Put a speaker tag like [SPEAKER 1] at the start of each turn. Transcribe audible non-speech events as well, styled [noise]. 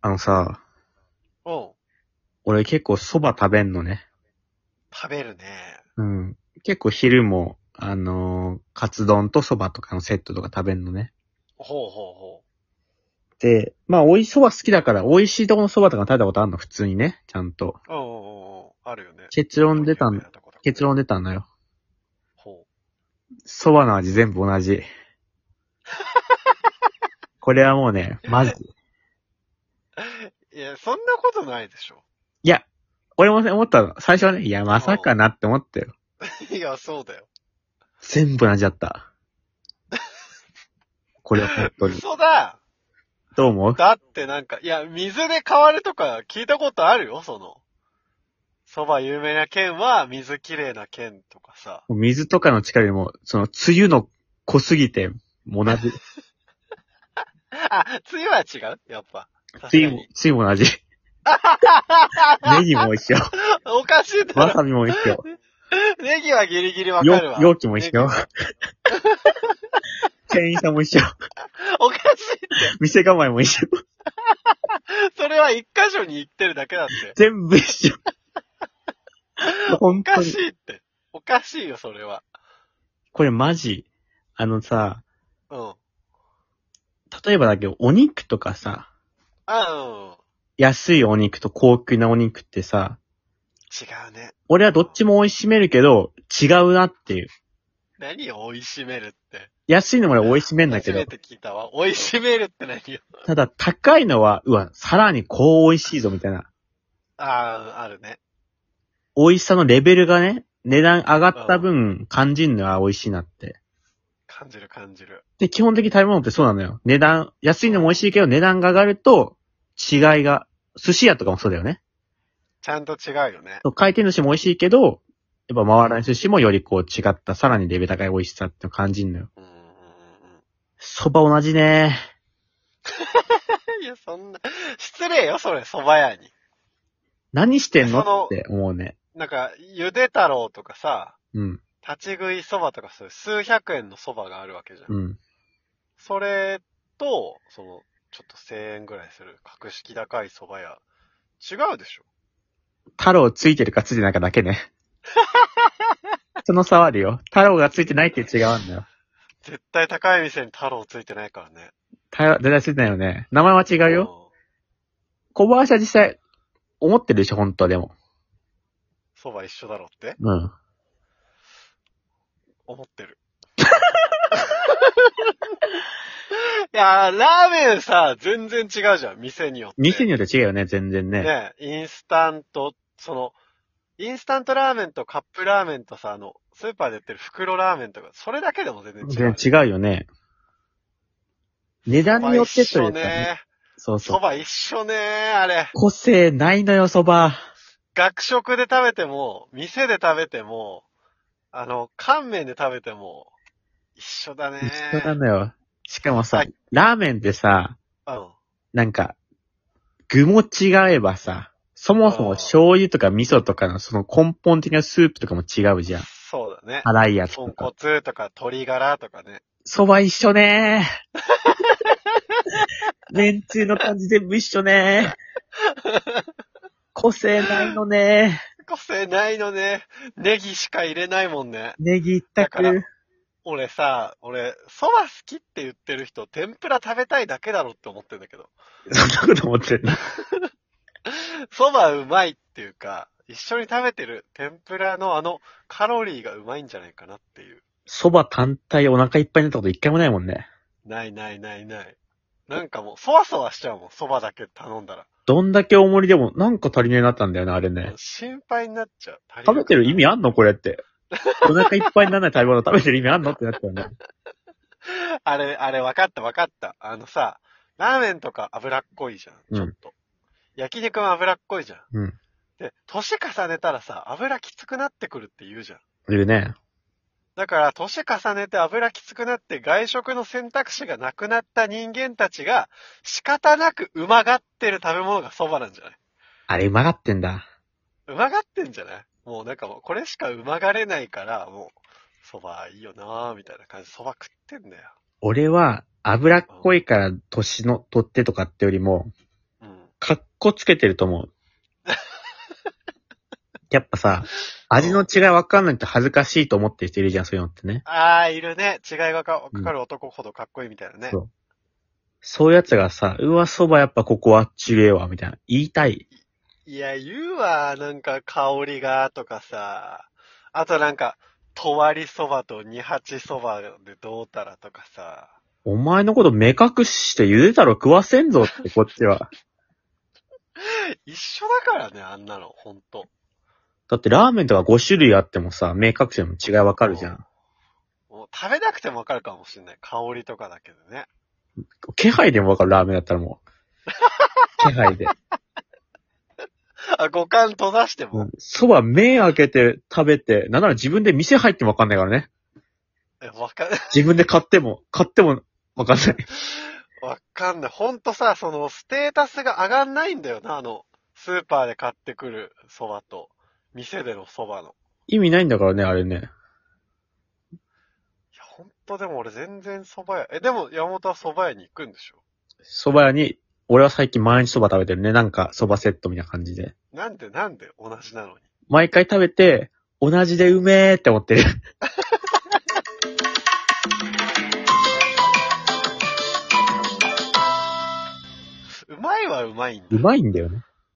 [SPEAKER 1] あのさ、
[SPEAKER 2] うん。
[SPEAKER 1] 俺結構蕎麦食べんのね。
[SPEAKER 2] 食べるね。
[SPEAKER 1] うん。結構昼も、あのーカツ丼と蕎麦とかのセットとか食べんのね。
[SPEAKER 2] ほうほうほ
[SPEAKER 1] で、まあ、美味しい蕎麦好きだから、美味しいとこの蕎麦とか食べたことあるの、普通にね。ちゃんと。
[SPEAKER 2] う。うんうんうんうん。あるよね。
[SPEAKER 1] 結論出た
[SPEAKER 2] 有
[SPEAKER 1] ん
[SPEAKER 2] 名、なとことか
[SPEAKER 1] 結。論出たのよ。
[SPEAKER 2] ほ
[SPEAKER 1] 蕎麦の味全部同じ。これはもうね、まず。
[SPEAKER 2] う。いや、そんなことないでしょ。 [laughs]
[SPEAKER 1] いや、俺もね、思ったの。最初はね、いや、まさかなって思ったよ。
[SPEAKER 2] いや、そうだよ。
[SPEAKER 1] 全部同じだった。これは本当に。
[SPEAKER 2] 嘘だ
[SPEAKER 1] どう思う
[SPEAKER 2] だってなんか、いや、水で変わるとか聞いたことあるよ、その。蕎麦有名な県は水きれいな県とかさ。
[SPEAKER 1] もう水とかの力よりも、その、梅雨の濃すぎて、もう同じ。
[SPEAKER 2] [laughs] あ、梅雨は違うやっぱ。
[SPEAKER 1] 梅雨も
[SPEAKER 2] も、
[SPEAKER 1] 梅雨も同じ。ネギも
[SPEAKER 2] [laughs]
[SPEAKER 1] 一緒。
[SPEAKER 2] おかしいだ
[SPEAKER 1] わ
[SPEAKER 2] ろ。
[SPEAKER 1] さびも一緒。
[SPEAKER 2] [laughs] ネギはギリギリわかる
[SPEAKER 1] よ
[SPEAKER 2] わ。
[SPEAKER 1] 容器も一緒。 [laughs] 店員さんも一緒。
[SPEAKER 2] おかしい。
[SPEAKER 1] 店構えも一緒。
[SPEAKER 2] それは一箇所に行ってるだけだって。
[SPEAKER 1] 全部一緒。本
[SPEAKER 2] おか
[SPEAKER 1] 当
[SPEAKER 2] し
[SPEAKER 1] に。
[SPEAKER 2] いって。おかしいよ、それは。
[SPEAKER 1] これマジ。あのさ、
[SPEAKER 2] うん。
[SPEAKER 1] 例えばだけど、お肉とかさ、
[SPEAKER 2] あ
[SPEAKER 1] 安いお肉と高級なお肉ってさ、
[SPEAKER 2] うん。違うね。
[SPEAKER 1] 俺はどっちも美味しめるけど、違うなっていう。
[SPEAKER 2] 何を追いしめるって。
[SPEAKER 1] 安いのも俺美味しめんだけ
[SPEAKER 2] 初
[SPEAKER 1] ど
[SPEAKER 2] め、て聞いたわ。追いしめるって何よ。
[SPEAKER 1] ただ高いのは、うわ、さらにこう美味しいぞみたいな。
[SPEAKER 2] ああ、あるね。
[SPEAKER 1] 美味しさのレベルがね、値段上がった分感じるのは美味しいなって。
[SPEAKER 2] 感じる感じる。
[SPEAKER 1] で、基本的に食べ物ってそうなのよ。値段、安いのも美味しいけど値段が上がると違いが、寿司屋とかもそうだよね。
[SPEAKER 2] ちゃんと違うよね。
[SPEAKER 1] そう回転寿司も美味しいけど、やっぱ回らない寿司もよりこう違った、さらにレベル高い美味しさっての感じるのよ。
[SPEAKER 2] うんうんうん
[SPEAKER 1] 蕎麦同じね。
[SPEAKER 2] うん。いや、そんな、失礼よ、それ、蕎麦屋に。
[SPEAKER 1] 何してんの
[SPEAKER 2] その
[SPEAKER 1] って思うね。
[SPEAKER 2] なんか、ゆで太郎とかさ、
[SPEAKER 1] うん、
[SPEAKER 2] 立ち食い蕎麦とかそういう数百円の蕎麦があるわけじゃん。
[SPEAKER 1] うん。
[SPEAKER 2] それと、その、ちょっと1000円ぐらいする格式高い蕎麦屋、違うでしょ
[SPEAKER 1] 太郎ついてるかついてないかだけね。その差はあるよ。太郎がついてないって違うんだよ。
[SPEAKER 2] 絶対高い店に太郎ついてないからね。
[SPEAKER 1] 太郎、絶対ついてないよね。名前は違うよ。小林は実際、思ってるでしょ、本当はでも。
[SPEAKER 2] うん。蕎麦一緒だろうって
[SPEAKER 1] うん。
[SPEAKER 2] 思っ
[SPEAKER 1] [laughs]
[SPEAKER 2] てる。いやー、ラーメンさ、全然違うじゃん、店によって。
[SPEAKER 1] 店によって違うよね、全然ね。
[SPEAKER 2] ね、インスタント、その、インスタントラーメンとカップラーメンとさ、あの、スーパーで売ってる袋ラーメンとか、それだけでも全然違
[SPEAKER 1] 全
[SPEAKER 2] う。
[SPEAKER 1] 然違うよね。値段によってと
[SPEAKER 2] 蕎
[SPEAKER 1] いうか
[SPEAKER 2] 麦一緒
[SPEAKER 1] ね。
[SPEAKER 2] ね。
[SPEAKER 1] そうそう
[SPEAKER 2] 蕎。麦一緒ねあれ。
[SPEAKER 1] 個性ないのよ、そば。
[SPEAKER 2] 学食で食べても、店で食べても、あの、乾麺で食べても、一緒だね
[SPEAKER 1] 一緒なのよ。しかもさ
[SPEAKER 2] はい、
[SPEAKER 1] ラーメンってさ、
[SPEAKER 2] うん。
[SPEAKER 1] なんか、具も違えばさ、そもそも醤油とか味噌とかのその根本的なスープとかも違うじゃん。
[SPEAKER 2] そうだね。
[SPEAKER 1] 辛いやつと
[SPEAKER 2] 豚
[SPEAKER 1] か。
[SPEAKER 2] 骨とか鶏ガラとかね。
[SPEAKER 1] そば一緒ねー。 [laughs] めんつゆの感じ全部一緒ねー。個性ないのね
[SPEAKER 2] 個性ないのね。ネギしか入れないもんね。
[SPEAKER 1] ー。ネギ一
[SPEAKER 2] だから
[SPEAKER 1] 択。
[SPEAKER 2] 俺さ、俺、蕎麦好きって言ってる人、天ぷら食べたいだけだろって思ってんだけど。
[SPEAKER 1] そんなこと思ってんの
[SPEAKER 2] 蕎麦うまいっていうか、一緒に食べてる天ぷらのあのカロリーがうまいんじゃないかなっていう。
[SPEAKER 1] 蕎麦単体お腹いっぱいになったこと一回もないもんね。
[SPEAKER 2] ないないないない。なんかもう、そわそわしちゃうもん、蕎麦だけ頼んだら。
[SPEAKER 1] どんだけ大盛りでもなんか足りねえなったんだよな、あれね。
[SPEAKER 2] 心配になっちゃう。足りな
[SPEAKER 1] 食
[SPEAKER 2] くな
[SPEAKER 1] べ
[SPEAKER 2] い
[SPEAKER 1] てる意味あんのこれって。お腹いっぱいにならない食べ物食べてる意味あんのってなっちゃうね。
[SPEAKER 2] あれ、あれ、分かった分かった。あのさ、ラーメンとか脂っこいじゃ
[SPEAKER 1] うん
[SPEAKER 2] ん、ちょっと。焼肉も脂っこいじゃん。
[SPEAKER 1] うん。
[SPEAKER 2] で、年重ねたらさ、脂きつくなってくるって言うじゃん。
[SPEAKER 1] いるね。
[SPEAKER 2] だから、年重ねて脂きつくなって外食の選択肢がなくなった人間たちが、仕方なくうまがってる食べ物が蕎麦なんじゃない
[SPEAKER 1] あれうまがってんだ。
[SPEAKER 2] うまがってんじゃないもうなんかもう、これしかうまがれないから、もう、蕎麦いいよなぁ、みたいな感じで蕎麦食ってんだよ。
[SPEAKER 1] 俺は、脂っこいから年の取ってとかってよりも、
[SPEAKER 2] うん。
[SPEAKER 1] こつけてると [laughs] 思う。やっぱさ、味の違いわかんないって恥ずかしいと思ってる人いるじゃん、そういうのってね。
[SPEAKER 2] ああ、いるね。違いがかかかる男ほどかっこいいみたいなね。
[SPEAKER 1] そうそういうやつがさ、うわ、そばやっぱここはちげえわ、みたいな。言いたい。
[SPEAKER 2] いや、言うわ。なんか、香りが、とかさ。あとなんか、とわりそばと二八そばでどうたらとかさ。
[SPEAKER 1] お前のこと目隠しして茹で太郎食わせんぞって、こっちは。
[SPEAKER 2] 一緒だからね、あんなの。ほんと。
[SPEAKER 1] だってラーメンとか5種類あってもさ、明確でも違いわかるじゃん。
[SPEAKER 2] もう食べなくてもわかるかもしんない。香りとかだけどね。
[SPEAKER 1] 気配でもわかる、ラーメンだったらもう。 [laughs] 気配で。
[SPEAKER 2] あ、五感閉ざしても。
[SPEAKER 1] そば目開けて食べて、なんなら自分で店入ってもわかんないからね。
[SPEAKER 2] えわかんない。
[SPEAKER 1] 自分で買っても、買ってもわかんない。
[SPEAKER 2] わかんない。ほんとさ、その、ステータスが上がんないんだよな、あの、スーパーで買ってくる蕎麦と、店での蕎麦の。
[SPEAKER 1] 意味ないんだからね、あれね。
[SPEAKER 2] いや、ほんとでも俺全然蕎麦屋。え、でも山本は蕎麦屋に行くんでしょ
[SPEAKER 1] 蕎麦屋に、俺は最近毎日蕎麦食べてるね。なんか蕎麦セットみたいな感じで。
[SPEAKER 2] なんでなんで同じなのに。
[SPEAKER 1] 毎回食べて、同じでうめーって思ってる。
[SPEAKER 2] うまいはうまいんだ。
[SPEAKER 1] [laughs] うまいんだよね。